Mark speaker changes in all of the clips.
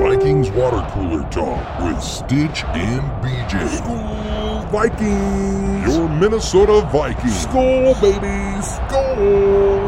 Speaker 1: Vikings Water Cooler Talk with Stitch and BJ.
Speaker 2: School Vikings.
Speaker 1: Your Minnesota Vikings.
Speaker 2: School, baby. School.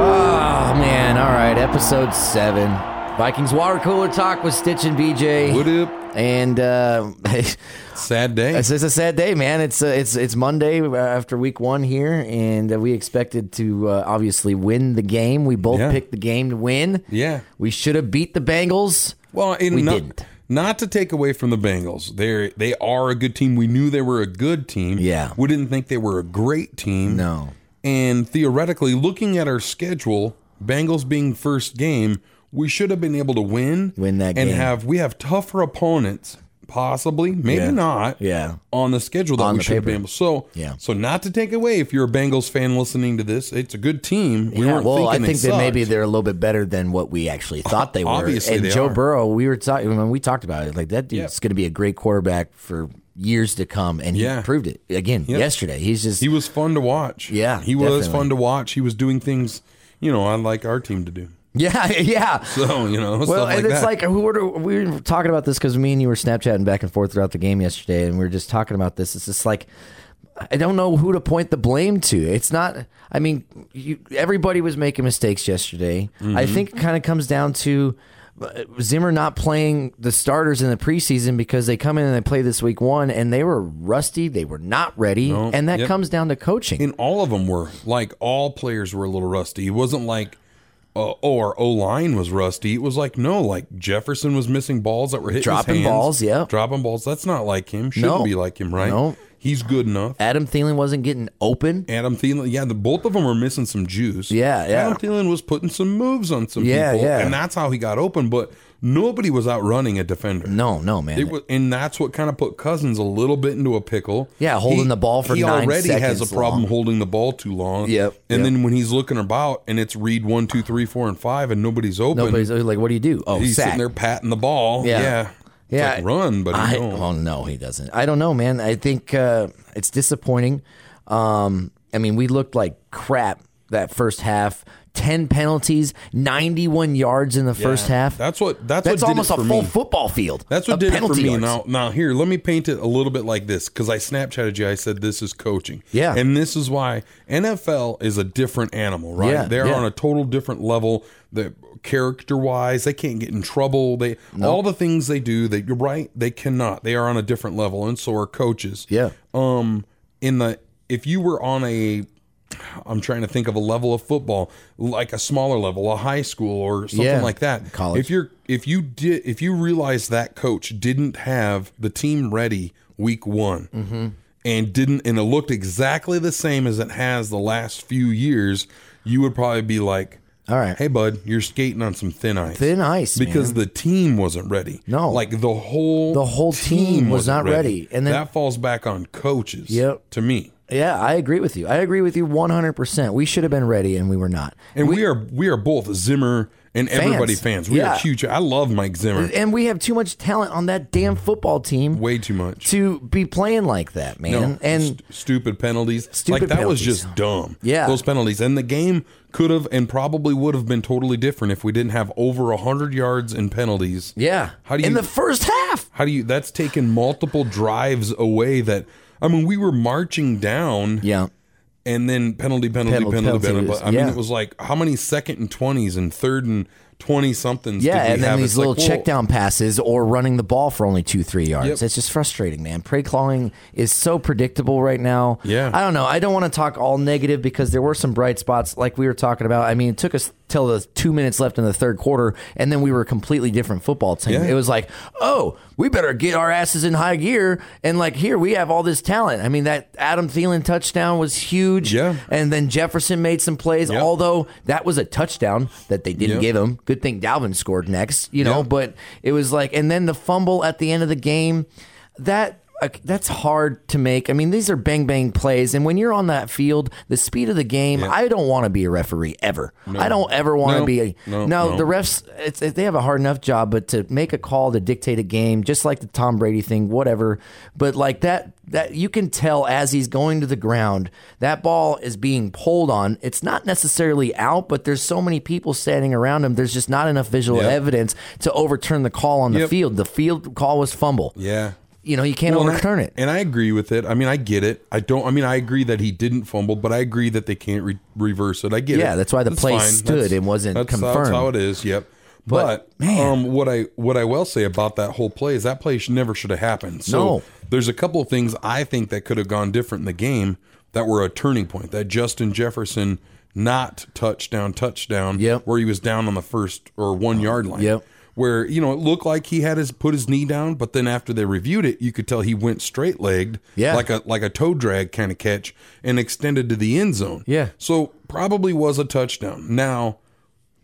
Speaker 3: Oh man! All right, episode seven, Vikings water cooler talk with Stitch and BJ.
Speaker 4: What up?
Speaker 3: And uh,
Speaker 4: Sad day.
Speaker 3: it's, it's a sad day, man. It's uh, it's it's Monday after week one here, and uh, we expected to uh, obviously win the game. We both
Speaker 4: Yeah.
Speaker 3: picked the game to win.
Speaker 4: Yeah.
Speaker 3: we should have beat the Bengals.
Speaker 4: Well, and
Speaker 3: We
Speaker 4: not,
Speaker 3: didn't.
Speaker 4: not to take away from the Bengals, they they are a good team. We knew they were a good team.
Speaker 3: Yeah.
Speaker 4: we didn't think they were a great team.
Speaker 3: No.
Speaker 4: and theoretically, looking at our schedule, Bengals being first game, we should have been able to win.
Speaker 3: Win that
Speaker 4: and
Speaker 3: game.
Speaker 4: have we have tougher opponents, possibly, maybe
Speaker 3: Yeah.
Speaker 4: not.
Speaker 3: Yeah.
Speaker 4: on the schedule that
Speaker 3: On
Speaker 4: we
Speaker 3: the
Speaker 4: should have
Speaker 3: paper.
Speaker 4: been able. So
Speaker 3: Yeah.
Speaker 4: so not to take away if you're a Bengals fan listening to this, it's a good team. We
Speaker 3: yeah,
Speaker 4: weren't
Speaker 3: well,
Speaker 4: thinking
Speaker 3: I
Speaker 4: they
Speaker 3: think that maybe
Speaker 4: sucked.
Speaker 3: they're a little bit better than what we actually thought they were.
Speaker 4: Obviously
Speaker 3: and
Speaker 4: they
Speaker 3: Joe
Speaker 4: are.
Speaker 3: Burrow, we were talking when we talked about it, like that dude's going to be a great quarterback for years to come, and he
Speaker 4: Yeah.
Speaker 3: proved it again yesterday. He's just
Speaker 4: He was fun to watch.
Speaker 3: Yeah,
Speaker 4: he was
Speaker 3: definitely.
Speaker 4: fun to watch. He was doing things, you know, I like our team to do.
Speaker 3: yeah, yeah.
Speaker 4: So you know,
Speaker 3: Well,
Speaker 4: stuff like
Speaker 3: and it's
Speaker 4: that.
Speaker 3: like we were we were talking about this because me and you were Snapchatting back and forth throughout the game yesterday, and we were just talking about this. It's just like I don't know who to point the blame to. It's not. I mean, you, everybody was making mistakes yesterday. I
Speaker 4: Mm-hmm.
Speaker 3: think it kind of comes down to. uh, Zimmer not playing the starters in the preseason because they come in and they play this week one and they were rusty, they were not ready, and that
Speaker 4: Yep.
Speaker 3: comes down to coaching.
Speaker 4: and all of them were like all players were a little rusty. It wasn't like. Uh, oh, our O line was rusty. It was like no, like Jefferson was missing balls that were hitting
Speaker 3: Dropping
Speaker 4: his hands.
Speaker 3: balls, yeah.
Speaker 4: dropping balls. That's not like him. Shouldn't
Speaker 3: No.
Speaker 4: be like him, right?
Speaker 3: No.
Speaker 4: he's good enough.
Speaker 3: Adam Thielen wasn't getting open.
Speaker 4: Adam Thielen, yeah, the both of them were missing some juice.
Speaker 3: Yeah, yeah.
Speaker 4: Adam Thielen was putting some moves on some
Speaker 3: Yeah,
Speaker 4: people,
Speaker 3: yeah.
Speaker 4: and that's how he got open. But nobody was outrunning a defender.
Speaker 3: No, no, man.
Speaker 4: It was, and that's what kind of put Cousins a little bit into a pickle.
Speaker 3: Yeah, holding the ball for
Speaker 4: he
Speaker 3: nine
Speaker 4: already has
Speaker 3: seconds
Speaker 4: a problem
Speaker 3: long.
Speaker 4: holding the ball too long.
Speaker 3: Yep, yep.
Speaker 4: And then when he's looking about and it's read one, two, three, four, and five, and nobody's open,
Speaker 3: Nobody's like, what do you do? Oh,
Speaker 4: he's
Speaker 3: sack.
Speaker 4: sitting there patting the ball.
Speaker 3: Yeah.
Speaker 4: Yeah, It's
Speaker 3: Yeah.
Speaker 4: like, run, but
Speaker 3: I,
Speaker 4: he don't.
Speaker 3: oh no, he doesn't. I don't know, man. I think uh, it's disappointing. Um, I mean, we looked like crap that first half. Ten penalties, ninety-one yards in the first half.
Speaker 4: That's what. That's,
Speaker 3: That's
Speaker 4: what did
Speaker 3: almost
Speaker 4: it
Speaker 3: a
Speaker 4: for
Speaker 3: full
Speaker 4: me.
Speaker 3: football field.
Speaker 4: That's what
Speaker 3: of
Speaker 4: did it for
Speaker 3: penalty
Speaker 4: me.
Speaker 3: yards.
Speaker 4: Now, now here, let me paint it a little bit like this because I Snapchatted you. I said this is coaching.
Speaker 3: Yeah.
Speaker 4: and this is why NFL is a different animal, right?
Speaker 3: Yeah,
Speaker 4: They're
Speaker 3: yeah.
Speaker 4: on a total different level. The character wise, they can't get in trouble. They all the things they do. That you're right, they cannot. They are on a different level, and so are coaches.
Speaker 3: Yeah.
Speaker 4: Um, in the if you were on a I'm trying to think of a level of football, like a smaller level, a high school or something
Speaker 3: Yeah.
Speaker 4: like that.
Speaker 3: College.
Speaker 4: If you're if you did if you realize that coach didn't have the team ready week one
Speaker 3: Mm-hmm.
Speaker 4: and didn't and it looked exactly the same as it has the last few years, you would probably be like,
Speaker 3: All right.
Speaker 4: Hey bud, you're skating on some thin ice.
Speaker 3: Uh, Thin ice,
Speaker 4: Because
Speaker 3: man.
Speaker 4: the team wasn't ready.
Speaker 3: No.
Speaker 4: Like the whole
Speaker 3: The whole team was
Speaker 4: wasn't
Speaker 3: not ready. And then-
Speaker 4: that falls back on coaches.
Speaker 3: Yep.
Speaker 4: To me.
Speaker 3: Yeah, I agree with you. I agree with you one hundred percent. We should have been ready, and we were not.
Speaker 4: And we, are we are both Zimmer and everybody fans. We
Speaker 3: Yeah.
Speaker 4: are huge. I love Mike Zimmer
Speaker 3: And we have too much talent on that damn football team
Speaker 4: way too much.
Speaker 3: to be playing like that, man.
Speaker 4: No,
Speaker 3: and
Speaker 4: st- stupid penalties.
Speaker 3: Stupid
Speaker 4: like that
Speaker 3: penalties.
Speaker 4: was just dumb.
Speaker 3: Yeah.
Speaker 4: those penalties. And the game could have and probably would have been totally different if we didn't have over hundred yards in penalties.
Speaker 3: yeah,
Speaker 4: How do
Speaker 3: in
Speaker 4: you-
Speaker 3: the first half?
Speaker 4: How do you? That's taken multiple drives away. That I mean, we were marching down.
Speaker 3: Yeah.
Speaker 4: and then penalty, penalty,
Speaker 3: Penalty,
Speaker 4: penalty,
Speaker 3: penalty
Speaker 4: penalty.
Speaker 3: was-
Speaker 4: I mean,
Speaker 3: yeah.
Speaker 4: it was like how many second and twenties and third and twenty somethings.
Speaker 3: Yeah,
Speaker 4: did we
Speaker 3: and then
Speaker 4: have?
Speaker 3: these
Speaker 4: It's
Speaker 3: little
Speaker 4: like, well,
Speaker 3: check down passes or running the ball for only two, three yards.
Speaker 4: Yep.
Speaker 3: It's just frustrating, man. Prey clawing is so predictable right now.
Speaker 4: Yeah.
Speaker 3: I don't know. I don't want to talk all negative because there were some bright spots like we were talking about. I mean, it took us till the two minutes left in the third quarter, and then we were a completely different football team.
Speaker 4: Yeah.
Speaker 3: It was like, oh, we better get our asses in high gear. And like, here, we have all this talent. I mean, that Adam Thielen touchdown was huge.
Speaker 4: Yeah.
Speaker 3: And then Jefferson made some plays,
Speaker 4: Yep.
Speaker 3: although that was a touchdown that they didn't
Speaker 4: Yep.
Speaker 3: give him. Good thing Dalvin scored next, you know,
Speaker 4: Yeah.
Speaker 3: but it was like, and then the fumble at the end of the game, that uh, that's hard to make. I mean, these are bang bang plays, and when you're on that field, the speed of the game. I don't want to be a referee ever. I don't ever want to
Speaker 4: No.
Speaker 3: be. A,
Speaker 4: No,
Speaker 3: no,
Speaker 4: no.
Speaker 3: the refs. It's, it, they have a hard enough job, but to make a call to dictate a game, just like the Tom Brady thing, whatever. But like that, that you can tell as he's going to the ground, that ball is being pulled on. It's not necessarily out, but there's so many people standing around him. There's just not enough visual
Speaker 4: Yep.
Speaker 3: evidence to overturn the call on the
Speaker 4: Yep.
Speaker 3: field. The field call was fumble.
Speaker 4: Yeah.
Speaker 3: You know, you can't
Speaker 4: Well, and I-
Speaker 3: overturn it.
Speaker 4: And I agree with it. I mean, I get it. I don't. I mean, I agree that he didn't fumble, but I agree that they can't re- reverse it. I get it.
Speaker 3: Yeah, that's why the play stood and wasn't
Speaker 4: that's,
Speaker 3: confirmed.
Speaker 4: That's how it is. Yep.
Speaker 3: But,
Speaker 4: But,
Speaker 3: man.
Speaker 4: um, what I what I will say about that whole play is that play should, never should have happened. So
Speaker 3: No.
Speaker 4: there's a couple of things I think that could have gone different in the game that were a turning point. That Justin Jefferson not touchdown touchdown.
Speaker 3: Yep.
Speaker 4: Where he was down on the first or one yard line.
Speaker 3: Yep.
Speaker 4: Where you know it looked like he had his put his knee down, but then after they reviewed it, you could tell he went straight legged,
Speaker 3: Yeah.
Speaker 4: like a like a toe drag kind of catch, and extended to the end zone.
Speaker 3: Yeah.
Speaker 4: so probably was a touchdown. Now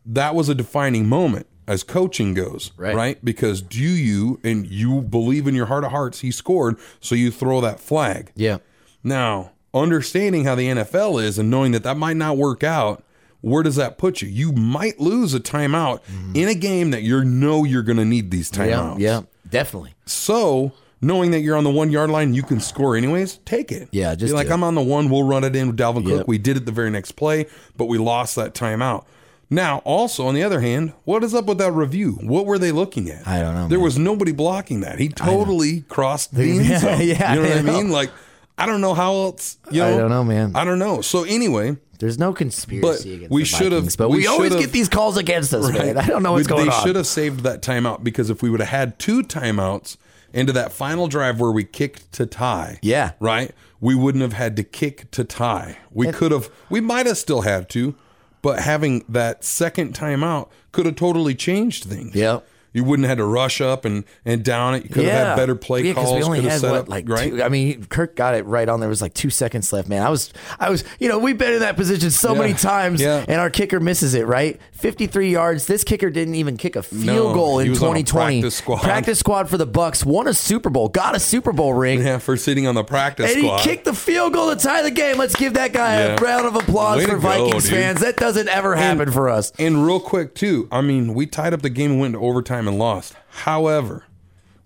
Speaker 4: that was a defining moment as coaching goes,
Speaker 3: Right.
Speaker 4: Because do you and you believe in your heart of hearts he scored, so you throw that flag.
Speaker 3: Yeah.
Speaker 4: Now, understanding how the NFL is and knowing that that might not work out, where does that put you? You might lose a timeout in a game that you know you're going to need these
Speaker 3: Mm-hmm. Yeah.
Speaker 4: timeouts.
Speaker 3: Yeah. Definitely.
Speaker 4: So, knowing that you're on the one yard line, you can score anyways. Take it.
Speaker 3: Yeah, just
Speaker 4: Be like
Speaker 3: do it.
Speaker 4: I'm on the one. We'll run it in with Dalvin
Speaker 3: Yep.
Speaker 4: Cook. We did it the very next play, but we lost that timeout. Now, also on the other hand, what is up with that review? What were they looking at?
Speaker 3: I don't know,
Speaker 4: There
Speaker 3: man.
Speaker 4: was nobody blocking that. He totally crossed the
Speaker 3: Yeah,
Speaker 4: end zone.
Speaker 3: yeah,
Speaker 4: you know
Speaker 3: I
Speaker 4: what I
Speaker 3: know.
Speaker 4: mean? Like, I don't know how else. You know,
Speaker 3: I don't know, man.
Speaker 4: I don't know. So anyway,
Speaker 3: There's no conspiracy
Speaker 4: But
Speaker 3: against
Speaker 4: we
Speaker 3: the
Speaker 4: should have-
Speaker 3: Vikings, but we,
Speaker 4: we
Speaker 3: always
Speaker 4: should have-
Speaker 3: get these calls against us, man. I don't know what's
Speaker 4: We-
Speaker 3: going
Speaker 4: they
Speaker 3: on.
Speaker 4: should have saved that timeout because if we would have had two timeouts into that final drive where we kicked to tie,
Speaker 3: Yeah.
Speaker 4: right, we wouldn't have had to kick to tie. We could have, we might have still had to, but having that second timeout could have totally changed things.
Speaker 3: Yep.
Speaker 4: You wouldn't have had to rush up and, and down it. You could have had better play
Speaker 3: Yeah, 'cause
Speaker 4: calls.
Speaker 3: We only
Speaker 4: could have
Speaker 3: had
Speaker 4: set
Speaker 3: what,
Speaker 4: up-
Speaker 3: like
Speaker 4: right?
Speaker 3: two, I mean, Kirk got it right on. There was like two seconds left, man. I was, I was, you know, we've been in that position so
Speaker 4: Yeah.
Speaker 3: many times,
Speaker 4: Yeah.
Speaker 3: and our kicker misses it. Right, fifty-three yards. This kicker didn't even kick a field
Speaker 4: No,
Speaker 3: goal
Speaker 4: he
Speaker 3: in
Speaker 4: was on a
Speaker 3: twenty twenty.
Speaker 4: practice squad.
Speaker 3: Practice squad for the Bucks won a Super Bowl, got a Super Bowl ring.
Speaker 4: Yeah, for sitting on the practice
Speaker 3: And
Speaker 4: squad.
Speaker 3: he kicked the field goal to tie the game. Let's give that guy
Speaker 4: Yeah.
Speaker 3: a round of applause
Speaker 4: Way
Speaker 3: for
Speaker 4: to go,
Speaker 3: Vikings
Speaker 4: dude.
Speaker 3: fans. That doesn't ever happen for us.
Speaker 4: And real quick too, I mean, we tied up the game and went into overtime and lost. However,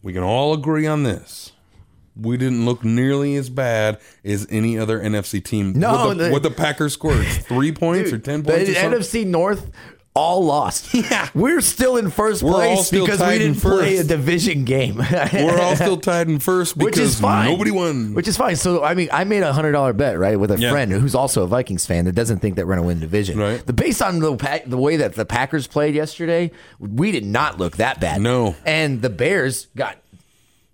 Speaker 4: we can all agree on this. We didn't look nearly as bad as any other NFC team.
Speaker 3: No,
Speaker 4: what the,
Speaker 3: the-
Speaker 4: what the Packers scored three points or ten points.
Speaker 3: The
Speaker 4: or something?
Speaker 3: NFC North all lost.
Speaker 4: Yeah.
Speaker 3: We're still in 1st
Speaker 4: We're all
Speaker 3: place
Speaker 4: still
Speaker 3: because
Speaker 4: tied
Speaker 3: we
Speaker 4: in
Speaker 3: didn't play a
Speaker 4: first.
Speaker 3: division game.
Speaker 4: We're all still tied in first because
Speaker 3: Which is fine.
Speaker 4: nobody won.
Speaker 3: Which is fine. So I mean, I made a hundred dollar bet right with a
Speaker 4: Yeah.
Speaker 3: friend who's also a Vikings fan that doesn't think that we're going to win the division.
Speaker 4: Right.
Speaker 3: The based on the pa- the way that the Packers played yesterday, we did not look that bad.
Speaker 4: No.
Speaker 3: And the Bears got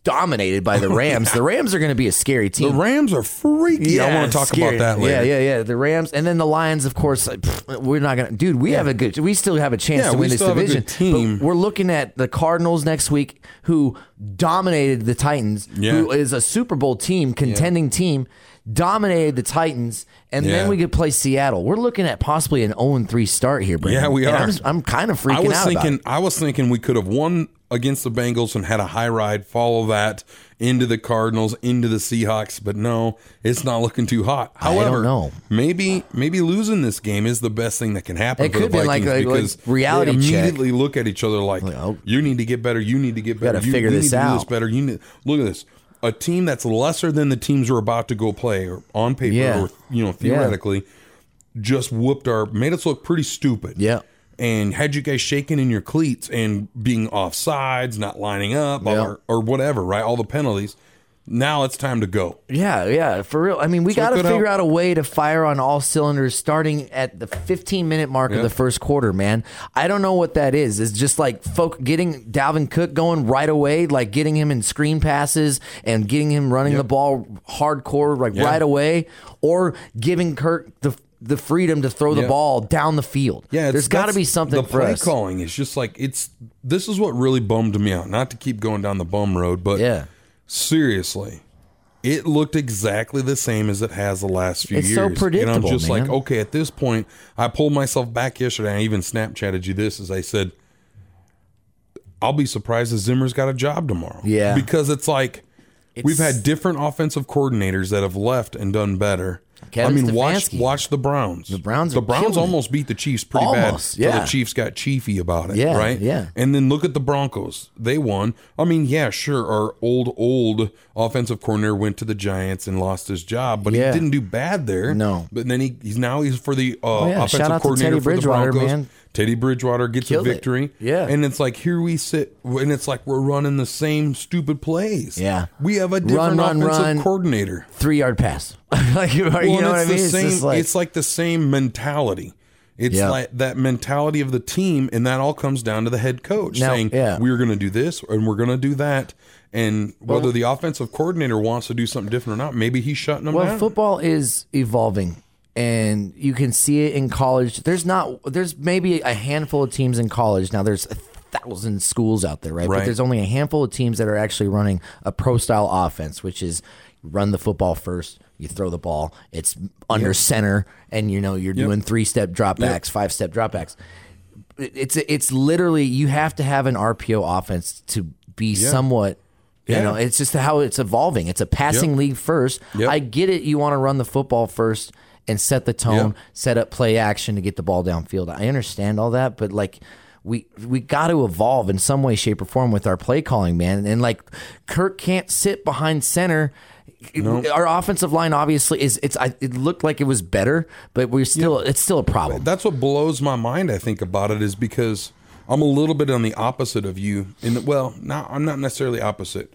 Speaker 3: dominated by the Rams. The Rams are going to be a scary team.
Speaker 4: Oh, the Rams are freaky. I want to talk
Speaker 3: scary.
Speaker 4: about that later.
Speaker 3: Yeah, yeah, yeah. The Rams and then the Lions, of course. like, pfft, We're not gonna, dude. We have a good. We still have a chance
Speaker 4: Yeah,
Speaker 3: to
Speaker 4: we
Speaker 3: win this
Speaker 4: still have a
Speaker 3: division.
Speaker 4: good team.
Speaker 3: But we're looking at the Cardinals next week, who dominated the Titans,
Speaker 4: Yeah.
Speaker 3: who is a Super Bowl team, contending team, dominated the Titans, and then
Speaker 4: Yeah.
Speaker 3: we could play Seattle. We're looking at possibly an 0-3 start here, Brandon.
Speaker 4: Yeah, we
Speaker 3: And
Speaker 4: are.
Speaker 3: I'm, just- I'm kind of freaking
Speaker 4: I was
Speaker 3: out about
Speaker 4: thinking
Speaker 3: it.
Speaker 4: I was thinking we could have won against the Bengals and had a high ride, follow that into the Cardinals, into the Seahawks, but no, it's not looking too hot.
Speaker 3: don't
Speaker 4: However,
Speaker 3: know.
Speaker 4: maybe maybe losing this game is the best thing that can happen
Speaker 3: It
Speaker 4: for
Speaker 3: could
Speaker 4: the
Speaker 3: be like- like-
Speaker 4: Vikings
Speaker 3: like
Speaker 4: because
Speaker 3: reality
Speaker 4: they
Speaker 3: check.
Speaker 4: immediately look at each other like,
Speaker 3: oh.
Speaker 4: you need to get better, you need to get better,
Speaker 3: gotta
Speaker 4: you,
Speaker 3: figure
Speaker 4: you
Speaker 3: this
Speaker 4: need to do this
Speaker 3: out."
Speaker 4: better. You need look at this. A team that's lesser than the teams we're about to go play or on paper
Speaker 3: Yeah.
Speaker 4: or you know theoretically just whooped our made us look pretty stupid.
Speaker 3: Yeah.
Speaker 4: And had you guys shaking in your cleats and being off sides, not lining up,
Speaker 3: Yeah.
Speaker 4: or, or whatever, right? All the penalties. Now it's time to go.
Speaker 3: Yeah, yeah, for real. I mean, we got to
Speaker 4: good
Speaker 3: figure
Speaker 4: help.
Speaker 3: out a way to fire on all cylinders starting at the 15 minute mark of the first quarter, man. I don't know what that is. It's just like folk getting Dalvin Cook going right away, like getting him in screen passes and getting him running the ball hardcore, like right away, or giving Kirk the the freedom to throw the
Speaker 4: Yeah.
Speaker 3: ball down the field.
Speaker 4: it's-
Speaker 3: there's got to
Speaker 4: that's-
Speaker 3: be something
Speaker 4: The
Speaker 3: for
Speaker 4: play
Speaker 3: us.
Speaker 4: calling is just like it's. This is what really bummed me out. Not to keep going down the bum road, but
Speaker 3: Yeah.
Speaker 4: seriously, it looked exactly the same as it has the last few
Speaker 3: It's so
Speaker 4: years. And
Speaker 3: predictable,
Speaker 4: I'm just like,
Speaker 3: man.
Speaker 4: okay, at this point, I pulled myself back yesterday. and I even Snapchatted you this as I said, I'll be surprised if Zimmer's got a job tomorrow.
Speaker 3: Yeah.
Speaker 4: Because it's like, We've had different offensive coordinators that have left and done better.
Speaker 3: Kevin
Speaker 4: I mean, watch
Speaker 3: Stefanski.
Speaker 4: watch the Browns. The
Speaker 3: Browns
Speaker 4: The
Speaker 3: are
Speaker 4: Browns
Speaker 3: killing it.
Speaker 4: almost beat the Chiefs pretty
Speaker 3: Almost,
Speaker 4: bad. So
Speaker 3: yeah.
Speaker 4: the Chiefs got chiefy about it.
Speaker 3: Yeah,
Speaker 4: Right.
Speaker 3: yeah.
Speaker 4: And then look at the Broncos. They won. I mean, yeah, sure. Our old old offensive coordinator went to the Giants and lost his job, but
Speaker 3: Yeah.
Speaker 4: he didn't do bad there.
Speaker 3: No. Oh,
Speaker 4: But then he, he's now he's for the uh,
Speaker 3: yeah.
Speaker 4: offensive
Speaker 3: Shout out to
Speaker 4: coordinator
Speaker 3: Teddy
Speaker 4: for the
Speaker 3: Bridgewater,
Speaker 4: Broncos.
Speaker 3: man.
Speaker 4: Teddy Bridgewater gets
Speaker 3: Killed
Speaker 4: a
Speaker 3: it.
Speaker 4: victory.
Speaker 3: Yeah.
Speaker 4: And it's like here we sit, and it's like we're running the same stupid plays.
Speaker 3: Yeah.
Speaker 4: We have a different
Speaker 3: run,
Speaker 4: offensive
Speaker 3: run.
Speaker 4: coordinator.
Speaker 3: three yard pass. like you, you
Speaker 4: Well, and
Speaker 3: know what I
Speaker 4: it's
Speaker 3: mean?
Speaker 4: the
Speaker 3: It's
Speaker 4: same.
Speaker 3: just
Speaker 4: It's
Speaker 3: like,
Speaker 4: like, the same mentality. It's
Speaker 3: Yeah.
Speaker 4: like that mentality of the team, and that all comes down to the head coach
Speaker 3: Now-
Speaker 4: saying,
Speaker 3: yeah.
Speaker 4: "We're going to do this, and we're going to do that." And whether the offensive coordinator wants to do something different or not, maybe he's shutting them
Speaker 3: well,
Speaker 4: down.
Speaker 3: football is evolving, and you can see it in college. There's not. There's maybe a handful of teams in college now. There's a thousand schools out there, right? But
Speaker 4: Right.
Speaker 3: there's only a handful of teams that are actually running a pro style offense, which is run the football first. You throw the ball. It's under center, and you know you're doing three step dropbacks, five step dropbacks. It's it's literally you have to have an RPO offense to be somewhat. You
Speaker 4: Yeah.
Speaker 3: know, it's just how it's evolving. It's a passing
Speaker 4: Yep.
Speaker 3: league first.
Speaker 4: Yep.
Speaker 3: I get it. You want to run the football first and set the tone,
Speaker 4: Yeah.
Speaker 3: set up play action to get the ball downfield. I understand all that, but like we we got to evolve in some way, shape, or form with our play calling, man. And like Kirk can't sit behind center. Our offensive line obviously is it's. I, it looked like it was better, but we're still it's still a problem.
Speaker 4: that's what blows my mind. I think about it is because I'm a little bit on the opposite of you. In the, well, not I'm not necessarily opposite.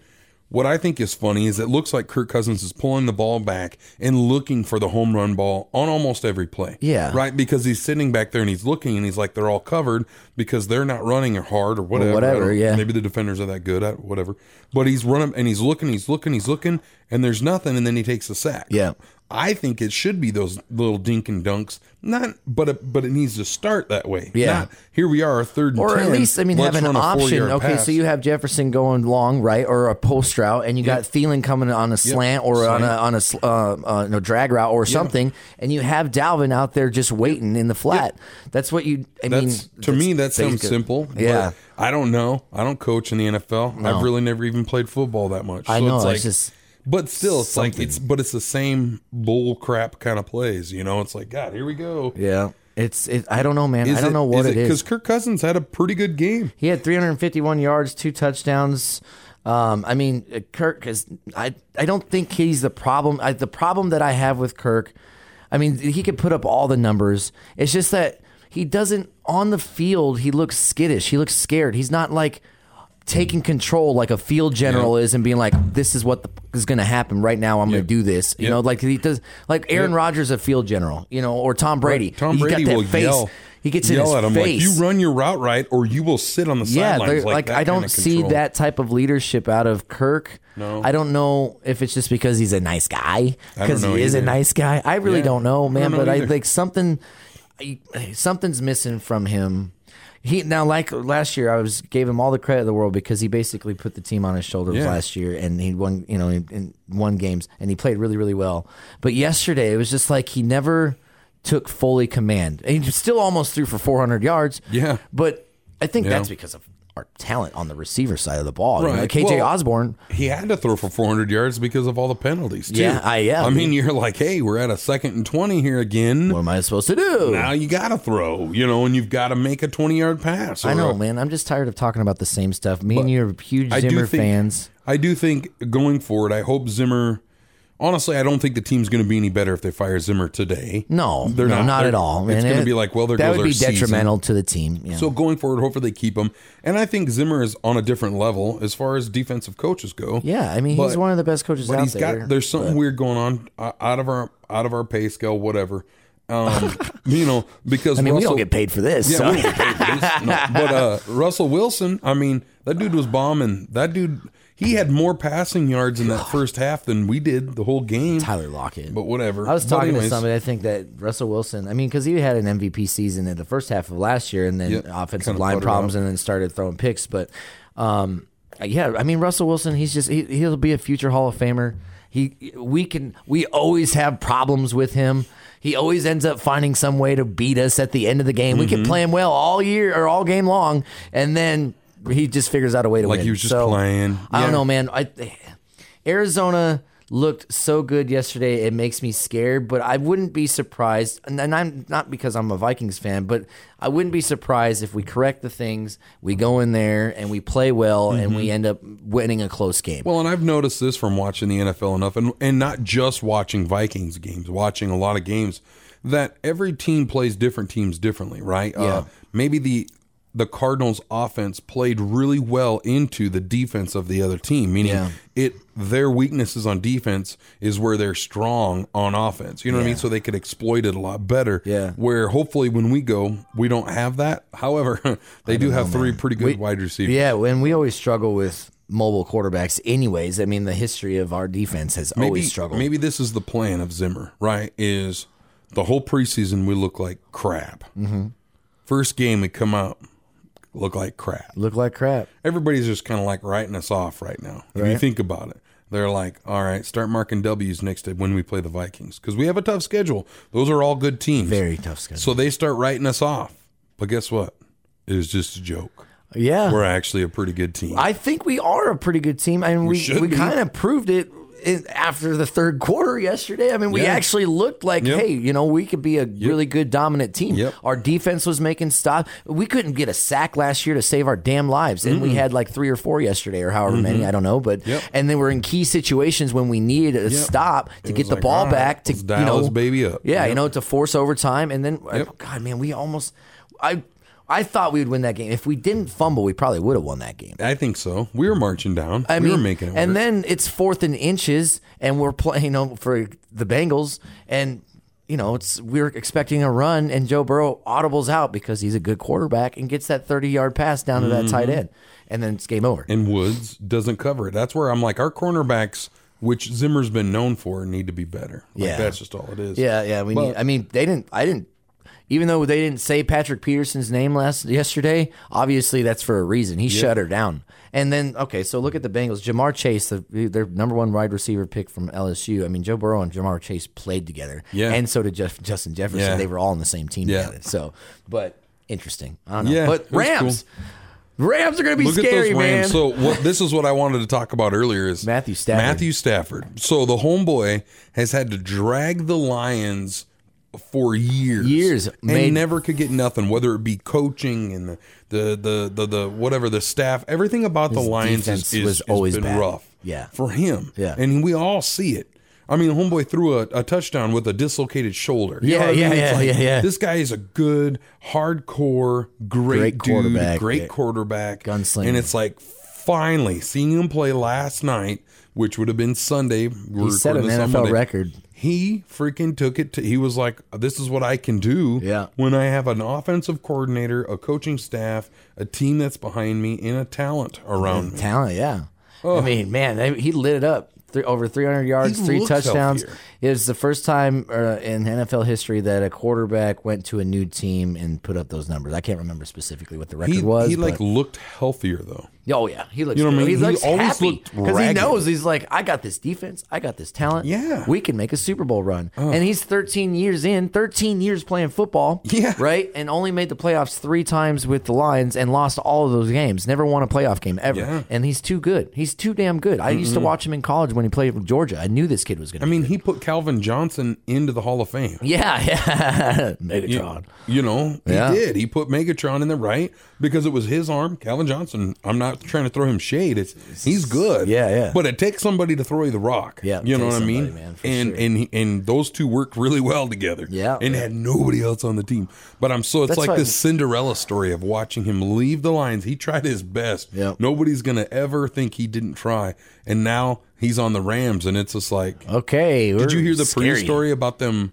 Speaker 4: What I think is funny is it looks like Kirk Cousins is pulling the ball back and looking for the home run ball on almost every play.
Speaker 3: Yeah.
Speaker 4: right. Because he's sitting back there and he's looking and he's like they're all covered because they're not running or hard or whatever. I
Speaker 3: whatever,
Speaker 4: don't-
Speaker 3: yeah.
Speaker 4: Maybe the defenders are that good at whatever. But he's running and he's looking, he's looking, he's looking, and there's nothing, and then he takes a sack.
Speaker 3: Yeah.
Speaker 4: I think it should be those little dink and dunks. Not, but it, but it needs to start that way.
Speaker 3: Yeah.
Speaker 4: Not, here we are, third and
Speaker 3: or
Speaker 4: 10,
Speaker 3: at least I mean
Speaker 4: let's
Speaker 3: have an
Speaker 4: run a
Speaker 3: option.
Speaker 4: four-yard
Speaker 3: Okay,
Speaker 4: pass.
Speaker 3: so you have Jefferson going long right, or a post route, and you got Thielen coming on a slant or on a
Speaker 4: Slant.
Speaker 3: on a sl- uh, uh, no drag route or something, and you have Dalvin out there just waiting in the flat. That's what you. I mean,
Speaker 4: that's, to me that
Speaker 3: that's
Speaker 4: sounds
Speaker 3: basic.
Speaker 4: simple. but
Speaker 3: Yeah.
Speaker 4: I don't know. I don't coach in the NFL. I've really never even played football that much.
Speaker 3: I
Speaker 4: So
Speaker 3: know, it's
Speaker 4: It's like,
Speaker 3: just
Speaker 4: but still, it's like
Speaker 3: something.
Speaker 4: it's but it's the same bull crap kind of plays. You know, it's like God, here we go.
Speaker 3: Yeah, it's. It, I don't know, man.
Speaker 4: Is
Speaker 3: I don't know what it
Speaker 4: Because
Speaker 3: is.
Speaker 4: Kirk Cousins had a pretty good game.
Speaker 3: He had 351 yards, two touchdowns. Um, I mean, uh, Kirk is. I I don't think he's the problem. I, the problem that I have with Kirk, I mean, he could put up all the numbers. It's just that he doesn't on the field. He looks skittish. He looks scared. He's not like taking control like a field general is and being like, "This is what the, f- is going to happen right now. I'm going
Speaker 4: Yep.
Speaker 3: to do this." You
Speaker 4: Yep.
Speaker 3: know, like he does. Like Aaron
Speaker 4: Yep.
Speaker 3: Rodgers, a field general, you know, or Tom Brady.
Speaker 4: Tom
Speaker 3: He's got
Speaker 4: Brady
Speaker 3: that
Speaker 4: will
Speaker 3: face.
Speaker 4: yell.
Speaker 3: He gets
Speaker 4: yell
Speaker 3: in
Speaker 4: at
Speaker 3: his
Speaker 4: him
Speaker 3: face.
Speaker 4: like, "You run your route right, or you will sit on the
Speaker 3: Yeah,
Speaker 4: sidelines."
Speaker 3: they're-
Speaker 4: Like,
Speaker 3: like,
Speaker 4: that
Speaker 3: I
Speaker 4: kind
Speaker 3: don't
Speaker 4: of
Speaker 3: see
Speaker 4: control.
Speaker 3: that type of leadership out of Kirk.
Speaker 4: No.
Speaker 3: I don't know if it's just because he's a nice guy
Speaker 4: don't
Speaker 3: because
Speaker 4: know
Speaker 3: he is a
Speaker 4: either.
Speaker 3: nice guy. I really
Speaker 4: Yeah.
Speaker 3: don't know, man.
Speaker 4: know
Speaker 3: but I
Speaker 4: either.
Speaker 3: like something, I- something's missing from him. He now like last year, I was gave him all the credit in the world because he basically put the team on his shoulders
Speaker 4: Yeah.
Speaker 3: last year, and he won, you know, in, in won games, and he played really, really well. But yesterday, it was just like he never took fully command. And he still almost threw for 400 yards.
Speaker 4: Yeah.
Speaker 3: but I think
Speaker 4: Yeah.
Speaker 3: that's because of our talent on the receiver side of the ball. You know,
Speaker 4: Right.
Speaker 3: KJ
Speaker 4: Well,
Speaker 3: Osborne.
Speaker 4: He had to throw for 400 yards because of all the penalties. Too.
Speaker 3: Yeah, I- yeah.
Speaker 4: I mean, you're like, hey, we're at a second and 20 here again.
Speaker 3: What am I supposed to do?
Speaker 4: now you got to throw, you know, and you've got to make a 20 yard pass.
Speaker 3: I
Speaker 4: or
Speaker 3: know,
Speaker 4: a-
Speaker 3: man. I'm just tired of talking about the same stuff. Me and you are huge
Speaker 4: I do
Speaker 3: Zimmer
Speaker 4: think-
Speaker 3: fans.
Speaker 4: I do think going forward, I hope Zimmer. Honestly, I don't think the team's going to be any better if they fire Zimmer today.
Speaker 3: No,
Speaker 4: They're
Speaker 3: no,
Speaker 4: not.
Speaker 3: not,
Speaker 4: They're-
Speaker 3: at all.
Speaker 4: it's
Speaker 3: man.
Speaker 4: gonna
Speaker 3: It-
Speaker 4: be like, well, there
Speaker 3: that
Speaker 4: goes
Speaker 3: would
Speaker 4: our
Speaker 3: be
Speaker 4: season.
Speaker 3: detrimental to the team. Yeah.
Speaker 4: So going forward, hopefully they keep him. And I think Zimmer is on a different level as far as defensive coaches go.
Speaker 3: yeah, I mean, he's
Speaker 4: but-
Speaker 3: one of the best coaches
Speaker 4: but
Speaker 3: out
Speaker 4: he's
Speaker 3: there.
Speaker 4: got there's something weird going on uh, out of our out of our pay scale, whatever. Um, you know, because
Speaker 3: I mean, we
Speaker 4: Russell-
Speaker 3: don't get paid for this.
Speaker 4: Yeah,
Speaker 3: so.
Speaker 4: we don't get paid for this. No, but uh, Russell Wilson, I mean, that dude was bombing. That dude, he had more passing yards in that first half than we did the whole game.
Speaker 3: Tyler Lockett.
Speaker 4: But whatever.
Speaker 3: I was
Speaker 4: But
Speaker 3: talking
Speaker 4: anyways,
Speaker 3: to somebody. I think that Russell Wilson. I mean, because he had an MVP season in the first half of last year, and then
Speaker 4: Yep,
Speaker 3: offensive
Speaker 4: kinda
Speaker 3: line
Speaker 4: buttered
Speaker 3: problems,
Speaker 4: up.
Speaker 3: and then started throwing picks. But um, yeah, I mean, Russell Wilson. He's just he, he'll be a future Hall of Famer. He we can we always have problems with him. He always ends up finding some way to beat us at the end of the game. We
Speaker 4: Mm-hmm.
Speaker 3: can play him well all year or all game long, and then he just figures out a way to
Speaker 4: Like
Speaker 3: win.
Speaker 4: he was just
Speaker 3: So,
Speaker 4: playing.
Speaker 3: I don't
Speaker 4: Yeah.
Speaker 3: know, man. I. Arizona looked so good yesterday. It makes me scared, but I wouldn't be surprised. And and I'm not because I'm a Vikings fan, but I wouldn't be surprised if we correct the things, we go in there and we play well, and we end up winning a close game.
Speaker 4: Well, and I've noticed this from watching the NFL enough, and, and not just watching Vikings games, watching a lot of games, that every team plays different teams differently, right? Uh,
Speaker 3: Yeah.
Speaker 4: maybe the the Cardinals' offense played really well into the defense of the other team, meaning
Speaker 3: Yeah.
Speaker 4: it their weaknesses on defense is where they're strong on offense. You know what I mean? So they could exploit it a lot better.
Speaker 3: Yeah.
Speaker 4: Where hopefully when we go, we don't have that. However, they do have three pretty good wide receivers.
Speaker 3: Yeah, and we always struggle with mobile quarterbacks. Anyways, I mean the history of our defense has always struggled.
Speaker 4: Maybe this is the plan of Zimmer, right? Is the whole preseason we look like crap. Mm-hmm. First game we come out look like crap.
Speaker 3: Look like crap.
Speaker 4: Everybody's just kind of like writing us off right now. If you
Speaker 3: Right.
Speaker 4: think about it, they're like, all right, start marking W's next to when we play the Vikings because we have a tough schedule. Those are all good teams.
Speaker 3: Very tough schedule.
Speaker 4: So they start writing us off. But guess what? It was just a joke.
Speaker 3: yeah.
Speaker 4: We're actually a pretty good team.
Speaker 3: I think we are a pretty good team, and we
Speaker 4: should
Speaker 3: we
Speaker 4: be.
Speaker 3: kind of proved it in, after the third quarter yesterday. I mean, we
Speaker 4: Yeah.
Speaker 3: actually looked like,
Speaker 4: Yep.
Speaker 3: hey, you know, we could be a really good dominant team.
Speaker 4: Yep.
Speaker 3: Our defense was making stop. We couldn't get a sack last year to save our damn lives, and we had like three or four yesterday, or however many I don't know. But
Speaker 4: Mm-hmm. Yep.
Speaker 3: and they were in key situations when we needed a stop to
Speaker 4: It
Speaker 3: get
Speaker 4: was
Speaker 3: the
Speaker 4: like,
Speaker 3: ball
Speaker 4: all right,
Speaker 3: back to
Speaker 4: let's
Speaker 3: you
Speaker 4: dial
Speaker 3: know
Speaker 4: this baby up.
Speaker 3: Yeah,
Speaker 4: Yep.
Speaker 3: you know, to force overtime, and then
Speaker 4: Yep.
Speaker 3: God, man, we almost I. I thought we would win that game. If we didn't fumble, we probably would have won that game.
Speaker 4: I think so. We were marching down.
Speaker 3: I
Speaker 4: we
Speaker 3: mean,
Speaker 4: were making it.
Speaker 3: and
Speaker 4: work.
Speaker 3: then it's fourth and inches, and we're playing you know, for the Bengals, and you know it's we are expecting a run, and Joe Burrow audibles out because he's a good quarterback and gets that thirty yard pass down to that
Speaker 4: Mm-hmm.
Speaker 3: tight end, and then it's game over.
Speaker 4: and Woods doesn't cover it. That's where I'm like, our cornerbacks, which Zimmer's been known for, need to be better. Like,
Speaker 3: Yeah.
Speaker 4: that's just all it is.
Speaker 3: yeah, yeah. We need, I mean, they didn't. I didn't. Even though they didn't say Patrick Peterson's name last yesterday, obviously that's for a reason. He shut her down. And then okay, so look at the Bengals. Jamar Chase, the, their number one wide receiver pick from LSU. I mean, Joe Burrow and Jamar Chase played together.
Speaker 4: Yeah.
Speaker 3: and so did Jeff, Justin Jefferson.
Speaker 4: Yeah.
Speaker 3: They were all on the same team
Speaker 4: Yeah.
Speaker 3: together. So, but interesting. I don't know.
Speaker 4: Yeah,
Speaker 3: but
Speaker 4: it was
Speaker 3: Rams, Rams are going to be
Speaker 4: Look
Speaker 3: scary,
Speaker 4: at those
Speaker 3: man.
Speaker 4: Rams. So what, this is what I wanted to talk about earlier is
Speaker 3: Matthew Stafford.
Speaker 4: Matthew Stafford. So the homeboy has had to drag the Lions for years,
Speaker 3: Years.
Speaker 4: and
Speaker 3: Made-
Speaker 4: never could get nothing. Whether it be coaching and the the the the, the whatever the staff, everything about the Lions is,
Speaker 3: defense
Speaker 4: is
Speaker 3: was
Speaker 4: has
Speaker 3: always
Speaker 4: been
Speaker 3: bad.
Speaker 4: rough.
Speaker 3: Yeah.
Speaker 4: for him.
Speaker 3: Yeah.
Speaker 4: and we all see it. I mean, homeboy threw a, a touchdown with a dislocated shoulder. You know
Speaker 3: Yeah,
Speaker 4: what I mean?
Speaker 3: yeah,
Speaker 4: It's
Speaker 3: yeah, yeah, yeah.
Speaker 4: This guy is a good, hardcore, great,
Speaker 3: Great
Speaker 4: dude,
Speaker 3: quarterback.
Speaker 4: great
Speaker 3: Yeah.
Speaker 4: quarterback,
Speaker 3: Gunslinger.
Speaker 4: and it's like finally seeing him play last night, which would have been Sunday. We're
Speaker 3: he set an
Speaker 4: recording this on
Speaker 3: NFL
Speaker 4: Monday.
Speaker 3: record.
Speaker 4: He freaking took it to. He was like, "This is what I can do."
Speaker 3: Yeah.
Speaker 4: When I have an offensive coordinator, a coaching staff, a team that's behind me, and a talent around me.
Speaker 3: Talent, yeah. I mean, man, they, he lit it up. Three, over 300 yards,
Speaker 4: He
Speaker 3: three
Speaker 4: looks
Speaker 3: touchdowns.
Speaker 4: healthier.
Speaker 3: It was the first time uh, in NFL history that a quarterback went to a new team and put up those numbers. I can't remember specifically what the record
Speaker 4: He,
Speaker 3: was.
Speaker 4: he like
Speaker 3: but-
Speaker 4: looked healthier though.
Speaker 3: oh yeah, he looks.
Speaker 4: You know
Speaker 3: good.
Speaker 4: what I mean?
Speaker 3: He,
Speaker 4: He
Speaker 3: looks
Speaker 4: always
Speaker 3: happy
Speaker 4: looked
Speaker 3: because he
Speaker 4: ragged.
Speaker 3: knows he's like, I got this defense, I got this talent.
Speaker 4: Yeah.
Speaker 3: we can make a Super Bowl run. And he's 13 years in, 13 years playing football.
Speaker 4: Yeah.
Speaker 3: right. And only made the playoffs three times with the Lions and lost all of those games. Never won a playoff game ever.
Speaker 4: Yeah.
Speaker 3: And he's too good. He's too damn good. I used to watch him in college when he played with Georgia. I knew this kid was going to.
Speaker 4: I mean, he put Calvin Johnson into the Hall of Fame.
Speaker 3: yeah, yeah,
Speaker 4: You-
Speaker 3: Megatron.
Speaker 4: You know, he
Speaker 3: Yeah.
Speaker 4: did. He put Megatron in the right because it was his arm. Calvin Johnson. I'm not trying to throw him shade. It's he's good.
Speaker 3: Yeah, yeah.
Speaker 4: But it takes somebody to throw you the rock.
Speaker 3: Yeah, it
Speaker 4: you know
Speaker 3: takes
Speaker 4: what I mean.
Speaker 3: somebody, man, for
Speaker 4: and
Speaker 3: sure.
Speaker 4: and he, and those two worked really well together.
Speaker 3: Yeah.
Speaker 4: and had nobody else on the team. But I'm so it's
Speaker 3: That's
Speaker 4: like
Speaker 3: why-
Speaker 4: this Cinderella story of watching him leave the lines. He tried his best.
Speaker 3: Yeah.
Speaker 4: nobody's gonna ever think he didn't try. And now he's on the Rams, and it's just like
Speaker 3: Okay,
Speaker 4: did you hear the pre story about them?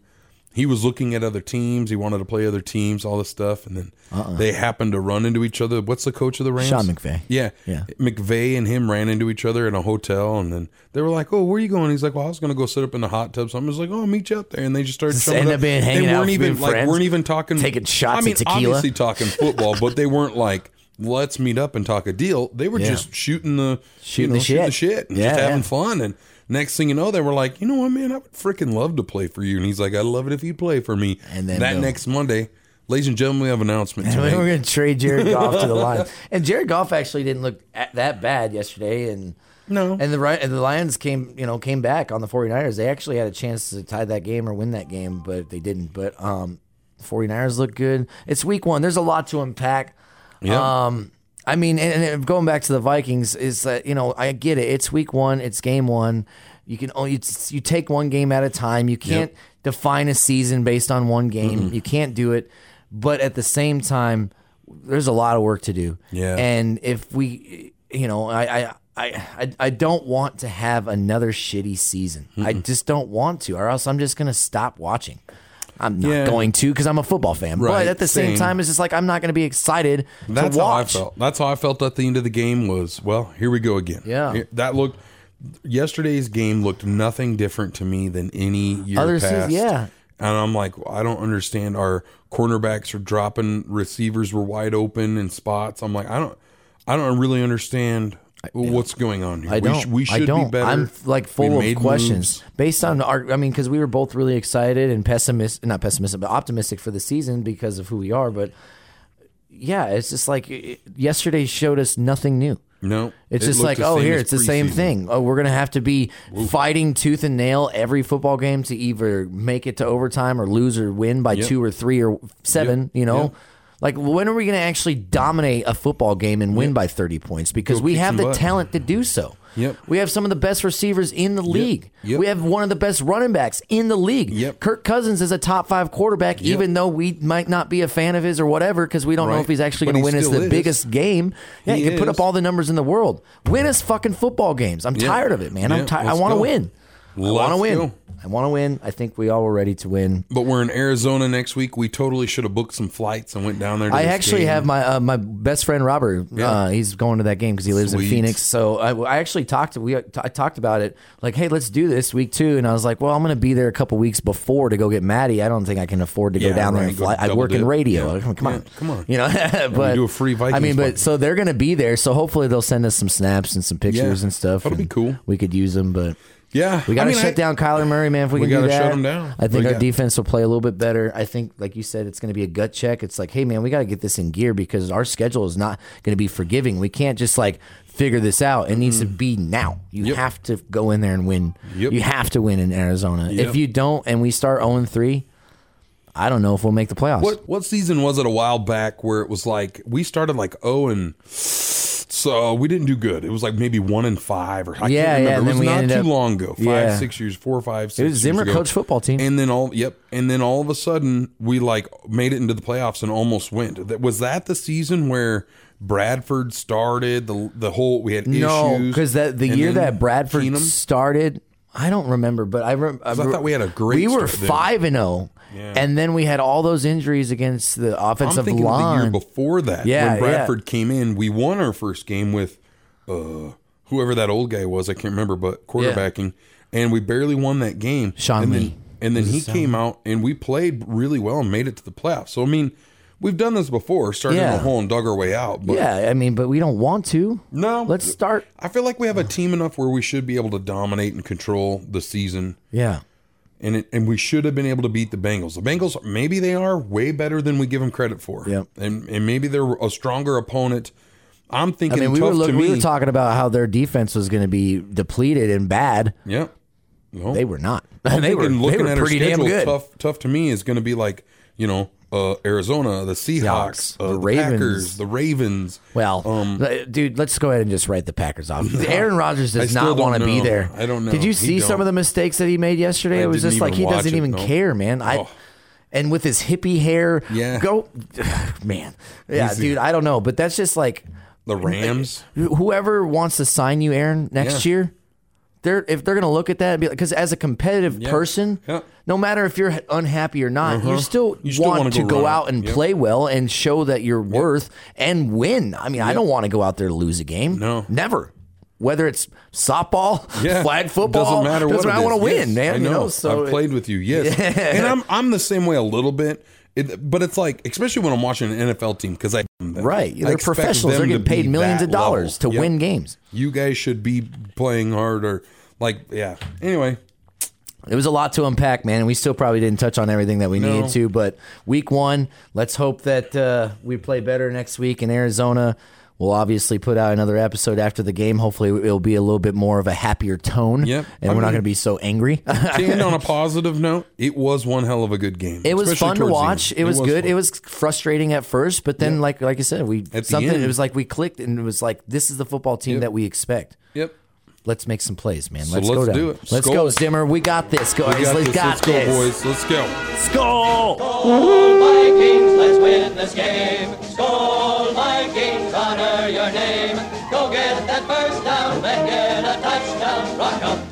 Speaker 4: He was looking at other teams. He wanted to play other teams, all this stuff, and then they happened to run into each other. What's the coach of the Rams?
Speaker 3: Uh-uh. Sean McVay.
Speaker 4: Yeah,
Speaker 3: Yeah.
Speaker 4: McVay and him ran into each other in a hotel, and then they were like, "Oh, where are you going?" He's like, "Well, I was going to go sit up in the hot tub." So I'm just like, "Oh, I'll meet you up there." And they just started
Speaker 3: Just
Speaker 4: chumming
Speaker 3: end up being hanging
Speaker 4: They
Speaker 3: out,
Speaker 4: weren't even
Speaker 3: being
Speaker 4: like
Speaker 3: friends,
Speaker 4: weren't even talking
Speaker 3: taking shots
Speaker 4: I
Speaker 3: of
Speaker 4: mean,
Speaker 3: tequila.
Speaker 4: obviously talking football, but they weren't like. Let's meet up and talk a deal. They were
Speaker 3: Yeah.
Speaker 4: just shooting the
Speaker 3: Shooting
Speaker 4: you know,
Speaker 3: the
Speaker 4: shooting
Speaker 3: shit.
Speaker 4: the shit, and
Speaker 3: Yeah,
Speaker 4: just having
Speaker 3: yeah.
Speaker 4: fun fun. And next thing you know, they were like, you know what, man, I would freaking love to play for you. And he's like, I'd love it if you play for me.
Speaker 3: And then
Speaker 4: that
Speaker 3: boom.
Speaker 4: next Monday, ladies and gentlemen, we have an announcement to
Speaker 3: And then we're
Speaker 4: make.
Speaker 3: going to trade Jared Goff to the Lions. And Jared Goff actually didn't look at that bad yesterday. And
Speaker 4: No.
Speaker 3: And the Ri- and the Lions came, you know, came back on the 49ers. They actually had a chance to tie that game or win that game, but they didn't. But um 49ers look good. It's week 1. There's a lot to unpack.
Speaker 4: Yeah.
Speaker 3: Um, I mean, and, and going back to the Vikings is that you know I get it. It's week one. It's game one. You can only it's, you take one game at a time. You can't define a season based on one game. You can't do it. But at the same time, there's a lot of work to do.
Speaker 4: Yeah.
Speaker 3: And if we, you know, I. I I, I, I don't want to have another shitty season. I just don't want to, or else I'm just going to stop watching. I'm not
Speaker 4: Yeah.
Speaker 3: going to because I'm a football fan.
Speaker 4: Right,
Speaker 3: but at the same
Speaker 4: same.
Speaker 3: time, it's just like I'm not going to be excited
Speaker 4: That's
Speaker 3: to
Speaker 4: how I
Speaker 3: watch.
Speaker 4: felt. That's how I felt at the end of the game was, well, here we go again.
Speaker 3: Yeah.
Speaker 4: Here- That looked yesterday's game looked nothing different to me than any year
Speaker 3: Other seas-
Speaker 4: past.
Speaker 3: yeah.
Speaker 4: And I'm like, well, I don't understand our cornerbacks are dropping, receivers were wide open in spots. I'm like, I don't I don't really understand what's going on here.
Speaker 3: I don't.
Speaker 4: We, sh- we should
Speaker 3: I don't.
Speaker 4: be better.
Speaker 3: I'm like
Speaker 4: We
Speaker 3: full of
Speaker 4: made
Speaker 3: questions
Speaker 4: moves.
Speaker 3: based on our. I mean, because we were both really excited and pessimistic, not pessimistic, but optimistic for the season because of who we are. But yeah, it's just like it- yesterday showed us nothing new.
Speaker 4: No.
Speaker 3: It's
Speaker 4: it
Speaker 3: just
Speaker 4: looked
Speaker 3: like,
Speaker 4: the
Speaker 3: oh,
Speaker 4: same
Speaker 3: here,
Speaker 4: as
Speaker 3: it's the same
Speaker 4: preseason.
Speaker 3: thing. Oh, we're going to have to be fighting tooth and nail every football game to either make it to overtime or lose or win by two or three or seven, you know?
Speaker 4: Yep.
Speaker 3: Like, when are we going to actually dominate a football game and win by 30 points? Because
Speaker 4: Go
Speaker 3: we
Speaker 4: kick
Speaker 3: have
Speaker 4: some
Speaker 3: the
Speaker 4: butt.
Speaker 3: talent to do so.
Speaker 4: Yep.
Speaker 3: We have some of the best receivers in the league.
Speaker 4: Yep.
Speaker 3: We have one of the best running backs in the league.
Speaker 4: Yep.
Speaker 3: Kirk Cousins is a top five quarterback, even though we might not be a fan of his or whatever, because we don't know
Speaker 4: Right.
Speaker 3: if he's actually
Speaker 4: But
Speaker 3: going to
Speaker 4: he
Speaker 3: win us
Speaker 4: still
Speaker 3: the
Speaker 4: is.
Speaker 3: biggest game. Yeah,
Speaker 4: He
Speaker 3: you can put up
Speaker 4: is.
Speaker 3: all all the numbers in the world. Win us fucking football games. I'm
Speaker 4: Yeah.
Speaker 3: tired of it, man.
Speaker 4: Yeah,
Speaker 3: I'm tired. I
Speaker 4: let's
Speaker 3: want to
Speaker 4: go.
Speaker 3: win. I want to
Speaker 4: Let's
Speaker 3: win.
Speaker 4: go.
Speaker 3: I want to win. I think we all were ready to win.
Speaker 4: But we're in Arizona next week. We totally should have booked some flights and went down there. To
Speaker 3: I
Speaker 4: this
Speaker 3: actually
Speaker 4: game.
Speaker 3: have my uh, my best friend Robert. Uh, he's going to that game because he lives
Speaker 4: Sweet.
Speaker 3: in Phoenix. So I, I actually talked to we I talked about it. Like, hey, let's do this week two. And I was like, well, I'm going to be there a couple weeks before to go get Maddie. I don't think I can afford to go
Speaker 4: Yeah,
Speaker 3: down there
Speaker 4: right,
Speaker 3: and
Speaker 4: go
Speaker 3: fly. I
Speaker 4: double
Speaker 3: work in
Speaker 4: dip.
Speaker 3: radio.
Speaker 4: Yeah.
Speaker 3: Come
Speaker 4: Yeah,
Speaker 3: on,
Speaker 4: come on.
Speaker 3: You know, but
Speaker 4: do a free
Speaker 3: I mean,
Speaker 4: Vikings
Speaker 3: but
Speaker 4: month.
Speaker 3: so they're going to be there. So hopefully they'll send us some snaps and some pictures and stuff.
Speaker 4: That'll be
Speaker 3: and
Speaker 4: cool.
Speaker 3: We could use them, but.
Speaker 4: yeah.
Speaker 3: We
Speaker 4: I
Speaker 3: got to
Speaker 4: mean,
Speaker 3: shut
Speaker 4: I-
Speaker 3: down Kyler Murray, man. If we,
Speaker 4: We
Speaker 3: can do
Speaker 4: gotta
Speaker 3: that,
Speaker 4: shut him down.
Speaker 3: I think
Speaker 4: We
Speaker 3: our
Speaker 4: got-
Speaker 3: defense will play a little bit better. I think, like you said, it's going to be a gut check. It's like, hey, man, we got to get this in gear because our schedule is not going to be forgiving. We can't just like figure this out. It needs to be now. You
Speaker 4: Mm-hmm. Yep.
Speaker 3: have to go in there and win.
Speaker 4: Yep.
Speaker 3: You have to win in Arizona.
Speaker 4: Yep.
Speaker 3: If you don't, and we start zero three, I don't know if we'll make the playoffs.
Speaker 4: What what season was it a while back where it was like we started like oh and so we didn't do good. It was like maybe one and five or
Speaker 3: Yeah,
Speaker 4: I
Speaker 3: yeah,
Speaker 4: can't remember.
Speaker 3: and
Speaker 4: it was
Speaker 3: then we
Speaker 4: not
Speaker 3: ended
Speaker 4: too
Speaker 3: up-
Speaker 4: long ago. Five,
Speaker 3: Yeah.
Speaker 4: six years, four or five, six
Speaker 3: was
Speaker 4: years
Speaker 3: Zimmer
Speaker 4: ago.
Speaker 3: coached football team.
Speaker 4: And then all yep. And then all of a sudden we like made it into the playoffs and almost went. That was that the season where Bradford started the the whole we had
Speaker 3: no,
Speaker 4: issues
Speaker 3: because that the
Speaker 4: and
Speaker 3: year
Speaker 4: then
Speaker 3: that Bradford
Speaker 4: Keenum?
Speaker 3: started, I don't remember, but I, rem- I,
Speaker 4: thought we had a great
Speaker 3: We were
Speaker 4: start then.
Speaker 3: five and zero, and then we had all those injuries against the
Speaker 4: I'm
Speaker 3: offensive
Speaker 4: thinking of
Speaker 3: line.
Speaker 4: the year before that.
Speaker 3: Yeah,
Speaker 4: when
Speaker 3: yeah.
Speaker 4: Bradford came in, we won our first game with uh, whoever that old guy was. I can't remember, but quarterbacking, and we barely won that game.
Speaker 3: Sean
Speaker 4: and
Speaker 3: Lee.
Speaker 4: Then, and then he came out, and we played really well and made it to the playoffs. So I mean, we've done this before, started in
Speaker 3: Yeah.
Speaker 4: a hole and dug our way out. But
Speaker 3: yeah, I mean, but we don't want to.
Speaker 4: no,
Speaker 3: let's start.
Speaker 4: I feel like we have a team enough where we should be able to dominate and control the season.
Speaker 3: Yeah,
Speaker 4: And, it, and we should have been able to beat the Bengals. The Bengals, maybe they are way better than we give them credit for.
Speaker 3: Yep.
Speaker 4: And, and maybe they're a stronger opponent. I'm
Speaker 3: I
Speaker 4: thinking
Speaker 3: mean, we
Speaker 4: tough
Speaker 3: were look,
Speaker 4: to
Speaker 3: we
Speaker 4: me.
Speaker 3: were talking about how their defense was going to be depleted and bad.
Speaker 4: yeah. No.
Speaker 3: They were not. they were
Speaker 4: Thinking,
Speaker 3: they were
Speaker 4: our
Speaker 3: pretty damn
Speaker 4: schedule,
Speaker 3: good.
Speaker 4: Tough, tough to me is going to be like, you know, uh, Arizona, the Seahawks,
Speaker 3: Seahawks,
Speaker 4: uh,
Speaker 3: the
Speaker 4: the,
Speaker 3: Ravens.
Speaker 4: Packers, the Ravens. um,
Speaker 3: Well, l- dude, let's go ahead and just write the Packers off. Aaron Rodgers
Speaker 4: I
Speaker 3: does
Speaker 4: still
Speaker 3: not
Speaker 4: don't
Speaker 3: want to be
Speaker 4: know.
Speaker 3: there.
Speaker 4: I don't know.
Speaker 3: Did you
Speaker 4: He
Speaker 3: see some
Speaker 4: don't.
Speaker 3: of the mistakes that he made yesterday?
Speaker 4: I
Speaker 3: it was
Speaker 4: didn't
Speaker 3: just like
Speaker 4: even
Speaker 3: he
Speaker 4: watch
Speaker 3: doesn't
Speaker 4: it,
Speaker 3: even
Speaker 4: no.
Speaker 3: care, man. I
Speaker 4: Oh.
Speaker 3: and with his hippie hair,
Speaker 4: Yeah.
Speaker 3: go, man, yeah,
Speaker 4: He's-
Speaker 3: dude. I don't know, but that's just like
Speaker 4: The Rams.
Speaker 3: whoever wants to sign you, Aaron, next
Speaker 4: Yeah.
Speaker 3: year, they're if they're gonna look at that and be like, because as a competitive person,
Speaker 4: Yeah. Uh-huh.
Speaker 3: no matter if you're unhappy or not, you still
Speaker 4: You still wanna
Speaker 3: want to
Speaker 4: go
Speaker 3: go
Speaker 4: run.
Speaker 3: out and
Speaker 4: Yep.
Speaker 3: play well and show that you're worth and win. I mean, I don't want to go out there to lose a game.
Speaker 4: No.
Speaker 3: never. Whether it's softball,
Speaker 4: Yeah.
Speaker 3: flag football,
Speaker 4: Doesn't matter what.
Speaker 3: I
Speaker 4: it
Speaker 3: want to
Speaker 4: is.
Speaker 3: win,
Speaker 4: Yes,
Speaker 3: man.
Speaker 4: I
Speaker 3: You know,
Speaker 4: know.
Speaker 3: so
Speaker 4: I've played with you. Yes. And I'm I'm the same way a little bit. It, but it's like, especially when I'm watching an NFL team, because I
Speaker 3: right,
Speaker 4: I
Speaker 3: they're
Speaker 4: expect
Speaker 3: professionals.
Speaker 4: them
Speaker 3: They're getting
Speaker 4: to be
Speaker 3: paid millions
Speaker 4: that
Speaker 3: of dollars
Speaker 4: level.
Speaker 3: to
Speaker 4: Yeah.
Speaker 3: win games.
Speaker 4: You guys should be playing harder. Like, yeah. Anyway,
Speaker 3: It was a lot to unpack, man, and we still probably didn't touch on everything that we
Speaker 4: No.
Speaker 3: needed to. But week one, let's hope that uh, we play better next week in Arizona. We'll obviously put out another episode after the game. Hopefully, it'll be a little bit more of a happier tone.
Speaker 4: Yep.
Speaker 3: And
Speaker 4: I
Speaker 3: we're not
Speaker 4: mean-
Speaker 3: going to be so angry.
Speaker 4: To end on a positive note, it was one hell of a good game.
Speaker 3: It was
Speaker 4: especially
Speaker 3: fun to
Speaker 4: towards the
Speaker 3: watch.
Speaker 4: end.
Speaker 3: It, was, good.
Speaker 4: fun.
Speaker 3: It was frustrating at first, but then, like like I said, we
Speaker 4: the
Speaker 3: something.
Speaker 4: end.
Speaker 3: It was like we clicked, and it was like this is the football team that we expect.
Speaker 4: Yep.
Speaker 3: Let's make some plays, man. Let's,
Speaker 4: let's
Speaker 3: go down.
Speaker 4: do it.
Speaker 3: Let's
Speaker 4: Skol.
Speaker 3: go, Zimmer. We got this, guys.
Speaker 4: We got
Speaker 3: Let's
Speaker 4: this.
Speaker 3: got
Speaker 4: Let's go,
Speaker 3: this.
Speaker 4: boys. Let's go.
Speaker 3: Skol.
Speaker 5: Skol Vikings, let's win this game. Skol Vikings, honor your name. Go get that first down, make it a touchdown. Rock 'em.